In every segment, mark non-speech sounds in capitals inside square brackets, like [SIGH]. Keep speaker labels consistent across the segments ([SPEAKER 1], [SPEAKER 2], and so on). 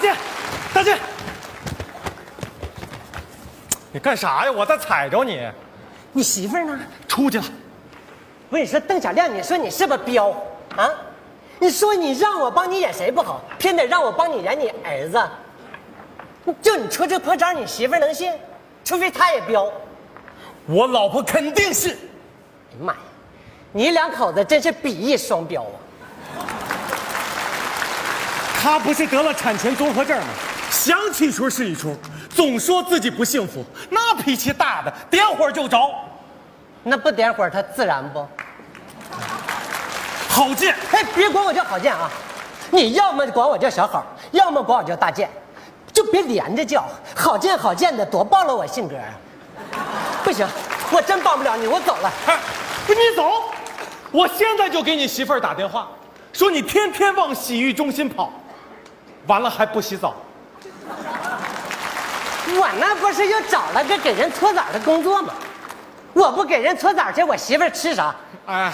[SPEAKER 1] 去！你干啥呀？我再踩着你，
[SPEAKER 2] 你媳妇儿呢？
[SPEAKER 1] 出去了。
[SPEAKER 2] 我跟你说，邓小亮，你说你是不是彪啊？你说你让我帮你演谁不好，偏得让我帮你演你儿子。就你出这破招，你媳妇儿能信？除非她也彪。哎
[SPEAKER 1] 我老婆肯定是。
[SPEAKER 2] 呀妈呀，你两口子真是比翼双彪啊！
[SPEAKER 1] 他不是得了产前综合症吗？想起一出是一出，总说自己不幸福，那脾气大的点火就着，
[SPEAKER 2] 那不点火，他自燃不？
[SPEAKER 1] 好贱。
[SPEAKER 2] 哎，别管我叫郝建啊！你要么管我叫小郝，要么管我叫大建，就别连着叫。郝建郝建的，多暴露我性格啊！不行，我真帮不了你，我走了。
[SPEAKER 1] 哎，不，你走，我现在就给你媳妇儿打电话，说你天天往洗浴中心跑，完了还不洗澡。
[SPEAKER 2] 我那不是又找了个给人搓澡的工作吗？我不给人搓澡去，我媳妇儿吃啥？
[SPEAKER 1] 哎，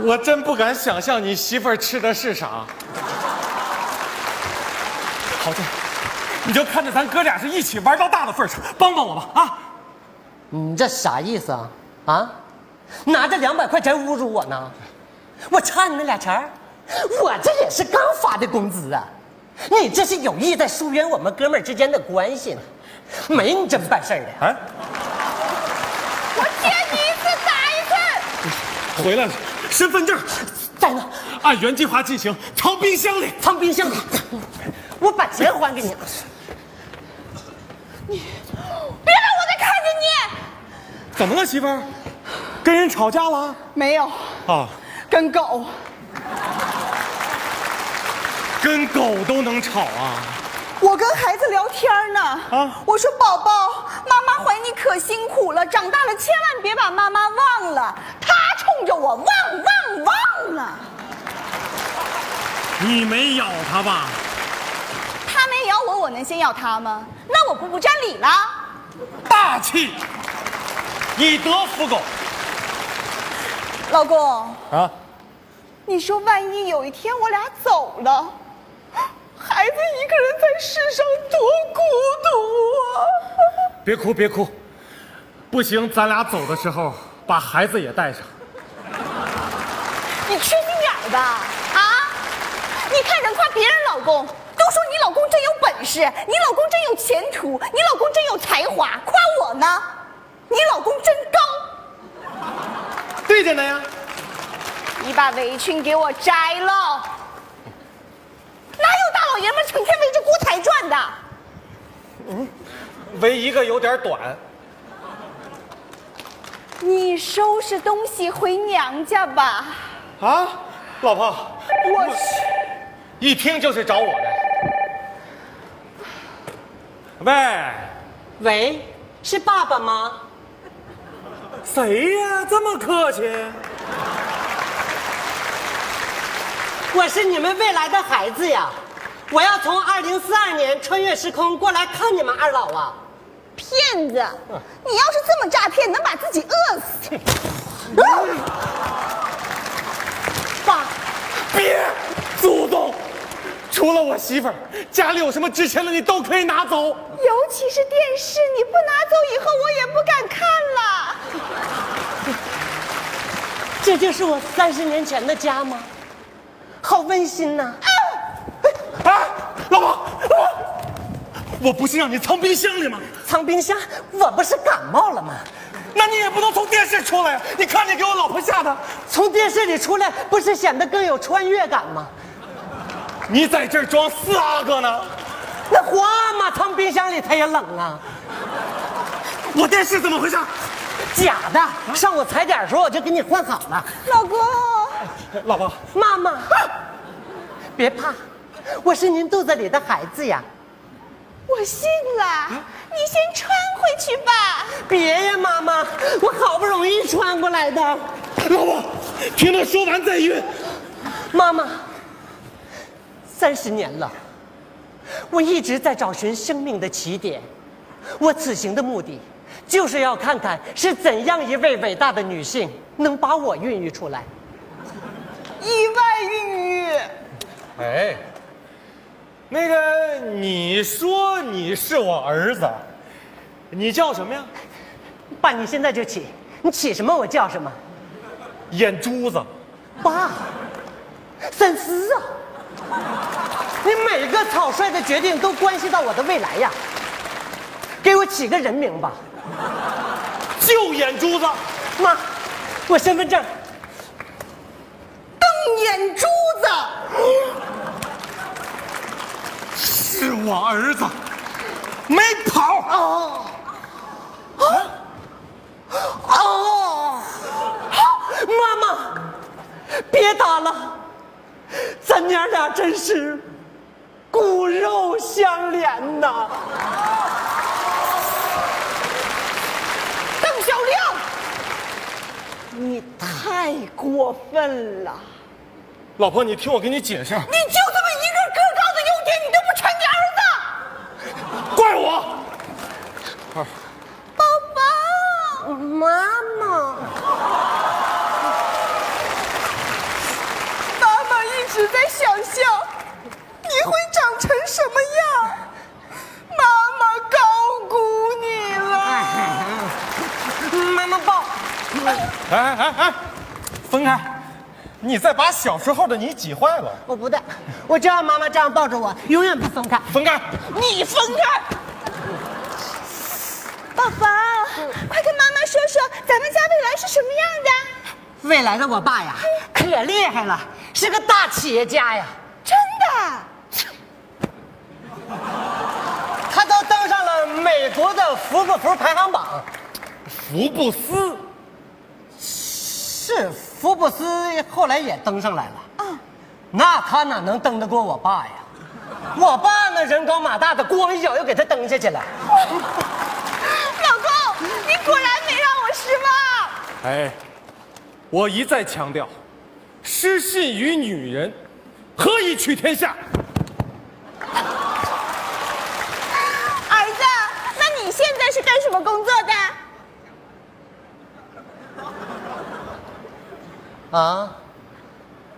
[SPEAKER 1] 我真不敢想象你媳妇儿吃的是啥。好的，你就看着咱哥俩是一起玩到大的份儿上，帮帮我吧啊！
[SPEAKER 2] 你这啥意思啊？啊，拿着两百块钱侮辱我呢？我差你那俩钱儿？我这也是刚发的工资啊！你这是有意在疏远我们哥们儿之间的关系呢？没你这么办事儿的。
[SPEAKER 1] 哎，
[SPEAKER 3] 我天，你一次打一次，
[SPEAKER 1] 回来了，身份证儿
[SPEAKER 2] 在呢，
[SPEAKER 1] 按原计划进行，藏冰箱里。
[SPEAKER 2] 藏冰箱里。我把钱还给你。
[SPEAKER 3] 别让我再看见你！
[SPEAKER 1] 怎么了，媳妇儿？跟人吵架了？
[SPEAKER 3] 没有，
[SPEAKER 1] 啊，
[SPEAKER 3] 跟狗。
[SPEAKER 1] 跟狗都能吵啊？
[SPEAKER 3] 我跟孩子聊天呢，
[SPEAKER 1] 啊
[SPEAKER 3] 我说宝宝，妈妈怀你可辛苦了，长大了千万别把妈妈忘了。他冲着我汪汪汪了，
[SPEAKER 1] 你没咬它吧？
[SPEAKER 3] 他没咬我，我能先咬他吗？那我不不占理了。
[SPEAKER 1] 大气，以德服狗
[SPEAKER 3] 老公，
[SPEAKER 1] 啊！
[SPEAKER 3] 你说万一有一天我俩走了，孩子一个人在世上多孤独啊！
[SPEAKER 1] 别哭，别哭，不行，咱俩走的时候把孩子也带上。
[SPEAKER 3] 你缺心眼儿吧？啊！你看人夸别人老公，都说你老公真有本事，你老公真有前途，你老公真有才华，夸我呢，你老公真高，
[SPEAKER 1] 对着呢呀，
[SPEAKER 3] 你把围裙给我摘了。哪有大老爷们儿成天围着锅台转的？
[SPEAKER 1] 唯一个有点短，
[SPEAKER 3] 你收拾东西回娘家吧。
[SPEAKER 1] 啊，老婆，
[SPEAKER 3] 我去，
[SPEAKER 1] 一听就是找我的。喂，
[SPEAKER 2] 喂，是爸爸吗？
[SPEAKER 1] 谁呀、这么客气？
[SPEAKER 2] 我是你们未来的孩子呀！我要从二零四二年穿越时空过来看你们二老啊！
[SPEAKER 3] 骗子！你要是这么诈骗，能把自己饿死。 [LAUGHS]
[SPEAKER 2] 爸，
[SPEAKER 1] 别，祖宗，除了我媳妇儿，家里有什么值钱的你都可以拿走。
[SPEAKER 3] 尤其是电视，你不拿走以后，我也不敢看了。
[SPEAKER 2] 这就是我三十年前的家吗？好温馨呐、
[SPEAKER 1] 哎，老婆，老婆，我不是让你藏冰箱里吗？
[SPEAKER 2] 藏冰箱，我不是感冒了吗？
[SPEAKER 1] 那你也不能从电视出来呀！你看你给我老婆吓的。
[SPEAKER 2] 从电视里出来，不是显得更有穿越感吗？
[SPEAKER 1] 你在这儿装四阿哥呢？
[SPEAKER 2] 那皇阿玛藏冰箱里，它也冷啊，
[SPEAKER 1] 我电视怎么回事？
[SPEAKER 2] 假的。上午踩点的时候我就给你换好了，
[SPEAKER 3] 老公，
[SPEAKER 1] 老婆，
[SPEAKER 2] 妈妈，别怕，我是您肚子里的孩子呀。
[SPEAKER 3] 我信了，你先穿回去吧。
[SPEAKER 2] 别呀，妈妈，我好不容易穿过来的。
[SPEAKER 1] 老婆，听他说完再晕。
[SPEAKER 2] 妈妈，三十年了，我一直在找寻生命的起点。我此行的目的，就是要看看是怎样一位伟大的女性能把我孕育出来。
[SPEAKER 3] 意外孕育，
[SPEAKER 1] 哎，那个，你说你是我儿子，你叫什么呀？
[SPEAKER 2] 爸，你现在就起，你起什么我叫什么。
[SPEAKER 1] 眼珠子，
[SPEAKER 2] 爸，三思啊！你每个草率的决定都关系到我的未来呀。给我起个人名吧，
[SPEAKER 1] 就眼珠子。
[SPEAKER 2] 妈，我身份证。
[SPEAKER 3] 瞪眼珠子，
[SPEAKER 1] 是我儿子，没跑啊！
[SPEAKER 2] 哦，妈妈，别打了，咱娘俩真是骨肉相连呐！
[SPEAKER 3] 邓小亮，你太过分了！
[SPEAKER 1] 老婆，你听我给你解释，啊
[SPEAKER 3] 你就这么一个个高的优点，你都不传给儿子？
[SPEAKER 1] 怪我。
[SPEAKER 3] 宝宝，妈妈，妈妈一直在想象你会长成什么样，妈妈高估你了。
[SPEAKER 2] 妈妈抱，
[SPEAKER 1] 哎哎哎，分开！你再把小时候的你挤坏了。
[SPEAKER 2] 我不带，我只要妈妈这样抱着我，永远不分开。
[SPEAKER 1] 分开！
[SPEAKER 3] 你分开！宝宝，快跟妈妈说说咱们家未来是什么样的？
[SPEAKER 2] 未来的我爸呀，可厉害了，是个大企业家呀，
[SPEAKER 3] 真的。
[SPEAKER 2] 他都登上了美国的福不福排行榜。
[SPEAKER 1] 福布斯，
[SPEAKER 2] 是福布斯后来也登上来了。
[SPEAKER 3] 啊
[SPEAKER 2] 那他哪能登得过我爸呀？我爸那人高马大的，咣一脚又给他蹬下去了。
[SPEAKER 3] 老公，你果然没让我失望。
[SPEAKER 1] 哎，我一再强调，失信于女人，何以取天下？
[SPEAKER 3] 儿子，那你现在是干什么工作的？
[SPEAKER 2] 啊，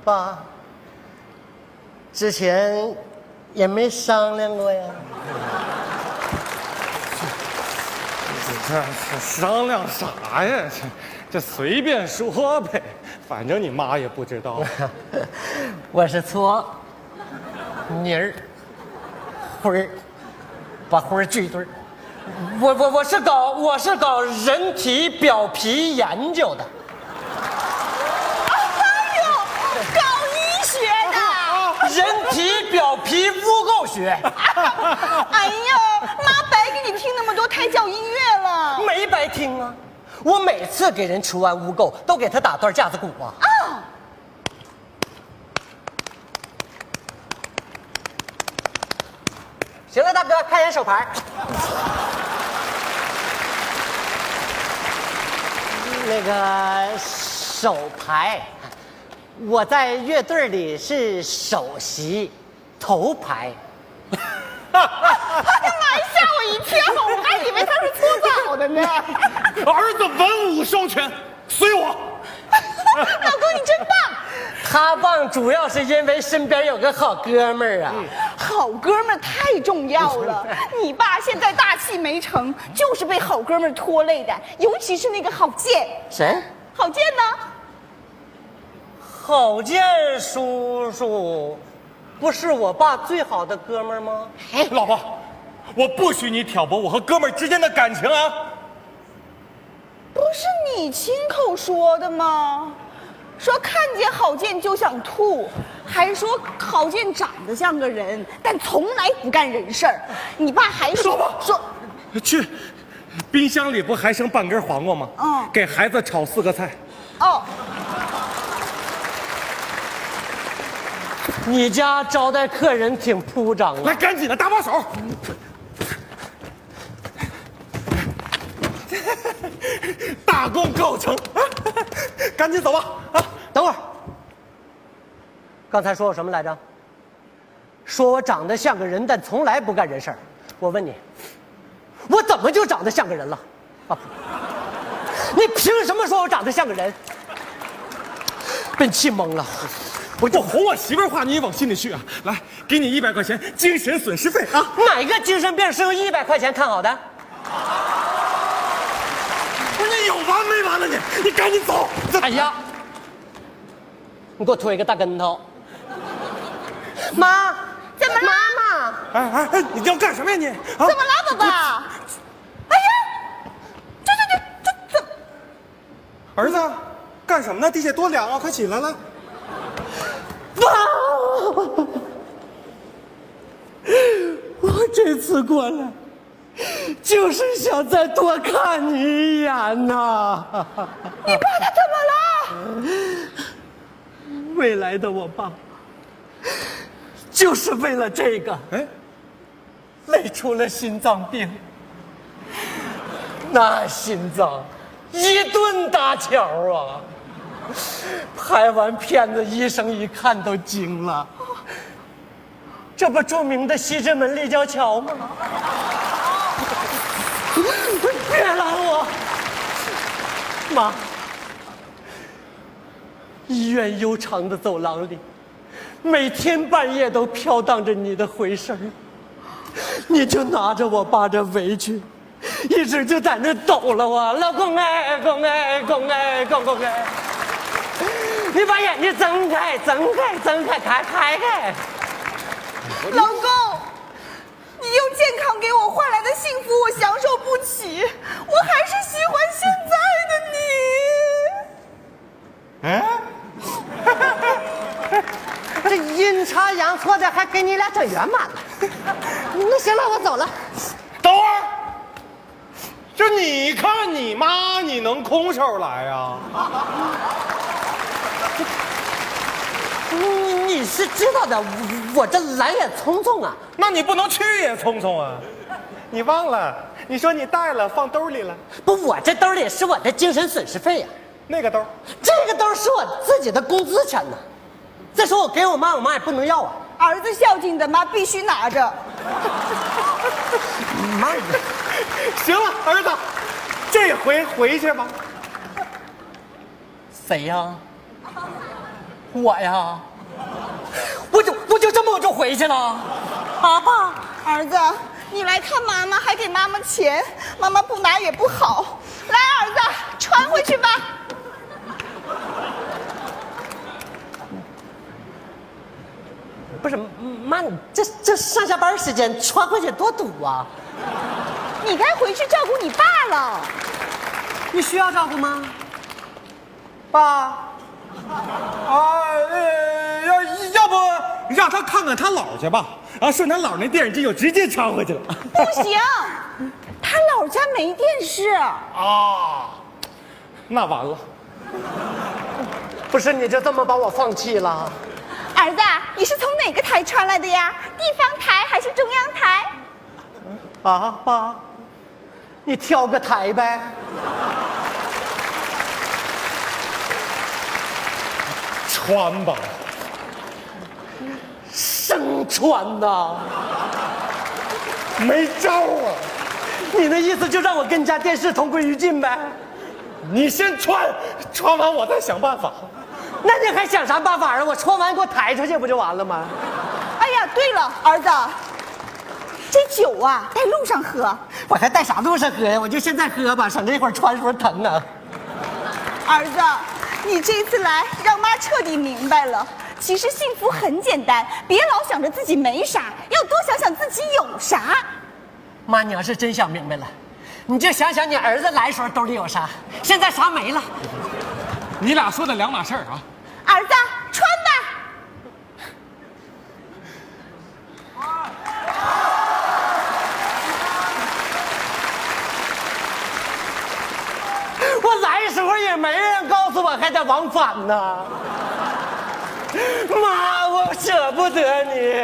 [SPEAKER 2] 爸，之前也没商量过呀。
[SPEAKER 1] 这这商量啥呀？这这随便说呗，反正你妈也不知道。
[SPEAKER 2] [LAUGHS] 我是搓泥儿灰儿，把灰儿聚一堆儿。我我我是搞我是搞人体表皮研究的。
[SPEAKER 3] 哎呦，搞医学的！
[SPEAKER 2] 人体表皮污垢学，
[SPEAKER 3] 哎呦，妈白给你听那么多胎教音乐了。
[SPEAKER 2] 没白听啊！我每次给人除完污垢，都给他打段架子鼓啊。行了，大哥，看一眼手牌。那个手牌，我在乐队里是首席，头牌。
[SPEAKER 3] 妈吓我一跳，我还以为他是搓澡的呢。
[SPEAKER 1] [LAUGHS] 儿子文武双全，随我。
[SPEAKER 3] 老公，你真棒！
[SPEAKER 2] 他棒主要是因为身边有个好哥们儿啊，
[SPEAKER 3] 好哥们儿太重要了。你爸现在大器没成，就是被好哥们儿拖累的，尤其是那个郝建。
[SPEAKER 2] 谁？
[SPEAKER 3] 郝建呢？
[SPEAKER 2] 郝建叔叔，不是我爸最好的哥们儿吗？
[SPEAKER 1] 哎，老婆，我不许你挑拨我和哥们儿之间的感情啊！
[SPEAKER 3] 不是你亲口说的吗？说看见郝建就想吐，还说郝建长得像个人，但从来不干人事儿。你爸还说说，
[SPEAKER 1] 去，冰箱里不还剩半根黄瓜吗？
[SPEAKER 3] 嗯
[SPEAKER 1] 给孩子炒四个菜。
[SPEAKER 3] 哦，
[SPEAKER 2] 你家招待客人挺铺张啊。
[SPEAKER 1] 来，赶紧的，搭把手。 [LAUGHS] 大功告成， [LAUGHS] 赶紧走吧！啊，
[SPEAKER 2] 等会儿，刚才说我什么来着？说我长得像个人，但从来不干人事儿。我问你，我怎么就长得像个人了？啊， [LAUGHS] 你凭什么说我长得像个人？被你气懵了。
[SPEAKER 1] 不是我哄我媳妇儿话，你也往心里去啊。来，给你一百块钱精神损失费啊。
[SPEAKER 2] 哪个精神病是用一百块钱看好的？
[SPEAKER 1] 不是你有完没完了你？你赶紧走！
[SPEAKER 2] 哎呀，你给我推个大跟头！妈，
[SPEAKER 3] 怎么了？妈妈，
[SPEAKER 1] 哎哎哎，你要干什么呀你？啊
[SPEAKER 3] 怎么了，宝宝？哎呀，这这这这怎？
[SPEAKER 1] 儿子，干什么呢？地下多凉啊，快起来来。
[SPEAKER 2] 我这次过来，就是想再多看你一眼呐。
[SPEAKER 3] 你爸他怎么了？
[SPEAKER 2] 未来的我爸，就是为了这个
[SPEAKER 1] 哎，
[SPEAKER 2] 累出了心脏病。那心脏一顿搭桥啊！拍完片子，医生一看都惊了。这不著名的西直门立交桥吗？ [LAUGHS] 别拦我，妈！医院悠长的走廊里，每天半夜都飘荡着你的回声儿。你就拿着我爸这围裙，一直就在那抖了我，老公哎，公哎，公哎，公公哎， [LAUGHS] 你把眼睛睁开，睁开，睁开，开开开，
[SPEAKER 3] 老公，你用健康给我换来的幸福，我享受不起，我还是喜欢现在的你。
[SPEAKER 4] 这阴差阳错的还给你俩整圆满了。那行了，我走了。
[SPEAKER 1] 等会儿，这你看你妈，你能空手来啊？
[SPEAKER 2] 嗯你你是知道的，我我这来也匆匆啊，
[SPEAKER 1] 那你不能去也匆匆啊？你忘了？你说你带了，放兜里了，
[SPEAKER 2] 不，我这兜里是我的精神损失费呀、
[SPEAKER 1] 那个兜。
[SPEAKER 2] 这个兜是我自己的工资钱呢。再说我给我妈，我妈也不能要啊。
[SPEAKER 3] 儿子孝敬的妈必须拿着。
[SPEAKER 2] 妈，
[SPEAKER 1] 行了，儿子，这回回去吧。
[SPEAKER 2] 谁呀、我呀， [LAUGHS] 我就我就这么我就回去了，啊爸，
[SPEAKER 3] 儿子，你来看妈妈，还给妈妈钱，妈妈不拿也不好。来，儿子，穿回去吧。
[SPEAKER 2] 不是妈，你这这上下班时间穿回去多堵啊！
[SPEAKER 3] 你该回去照顾你爸了。
[SPEAKER 2] 你需要照顾吗？
[SPEAKER 1] 爸，啊，呃，要要不让他看看他姥去吧？啊，顺他姥那电视机就直接穿回去了。
[SPEAKER 3] 不行，他老家没电视。
[SPEAKER 1] 啊，那完了。
[SPEAKER 2] 不是你就这么把我放弃了？
[SPEAKER 3] 儿子，你是从哪个台传来的呀？地方台还是中央台？
[SPEAKER 2] 啊爸，你挑个台呗。
[SPEAKER 1] 穿吧，
[SPEAKER 2] 生穿呐！
[SPEAKER 1] 没招啊！
[SPEAKER 2] 你那意思就让我跟你家电视同归于尽呗？
[SPEAKER 1] 你先穿，穿完我再想办法。
[SPEAKER 2] 那你还想啥办法啊？我穿完给我抬出去不就完了吗？
[SPEAKER 3] 哎呀，对了，儿子，这酒啊，在路上喝。
[SPEAKER 2] 我还带啥路上喝呀？我就现在喝吧，省得一会儿穿时候疼啊。
[SPEAKER 3] 儿子，你这次来让妈彻底明白了，其实幸福很简单，别老想着自己没啥，要多想想自己有啥。
[SPEAKER 2] 妈，你要是真想明白了，你就想想你儿子来时候兜里有啥，现在啥没了。
[SPEAKER 1] 你俩说的两码事儿啊。
[SPEAKER 3] 儿子，穿吧。
[SPEAKER 2] [LAUGHS] 我来时候也没人告诉我还得往返呢。 [LAUGHS] 妈，我舍不得你，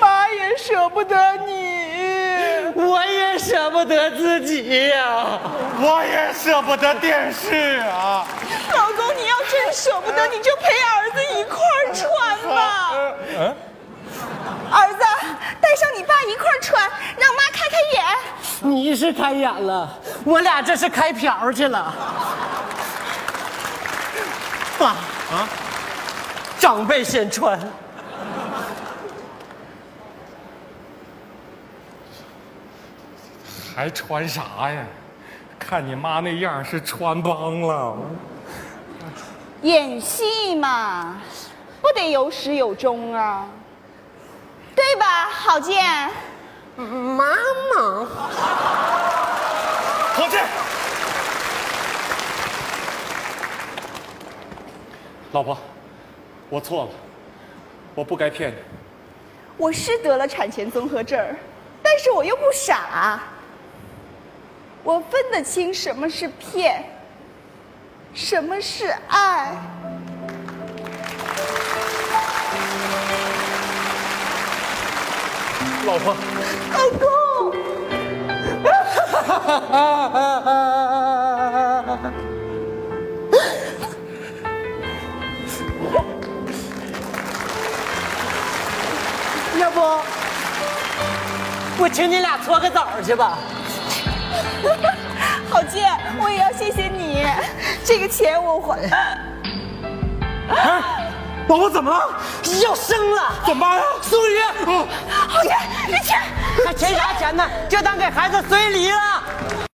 [SPEAKER 3] 妈也舍不得你。
[SPEAKER 2] 我也舍不得自己呀、
[SPEAKER 1] 我也舍不得电视啊。
[SPEAKER 3] 老公，你要真舍不得，你就陪儿子一块儿穿吧。 [LAUGHS] 儿子，带上你爸一块儿穿，让妈开开眼。
[SPEAKER 2] 你是开眼了，我俩这是开 [LAUGHS] 瓢去了。爸啊，长辈先穿。
[SPEAKER 1] 还穿啥呀？看你妈那样是穿帮了。
[SPEAKER 3] 演戏嘛，不得有始有终啊，对吧，郝建？
[SPEAKER 2] 妈妈，
[SPEAKER 1] 伙计，老婆，我错了，我不该骗你。
[SPEAKER 3] 我是得了产前综合症儿，但是我又不傻，啊我分得清什么是骗，什么是爱。
[SPEAKER 1] 老婆，
[SPEAKER 3] 老公，
[SPEAKER 2] [LAUGHS] 要不我请你俩搓个澡去吧？
[SPEAKER 3] 郝建，我也要谢谢你，这个钱我还。
[SPEAKER 1] 老婆怎么了？
[SPEAKER 2] 要生了，
[SPEAKER 1] 怎么办呀？啊
[SPEAKER 2] 苏雨，
[SPEAKER 3] 郝建，这钱。
[SPEAKER 2] 还钱啥钱呢？就当给孩子随礼了。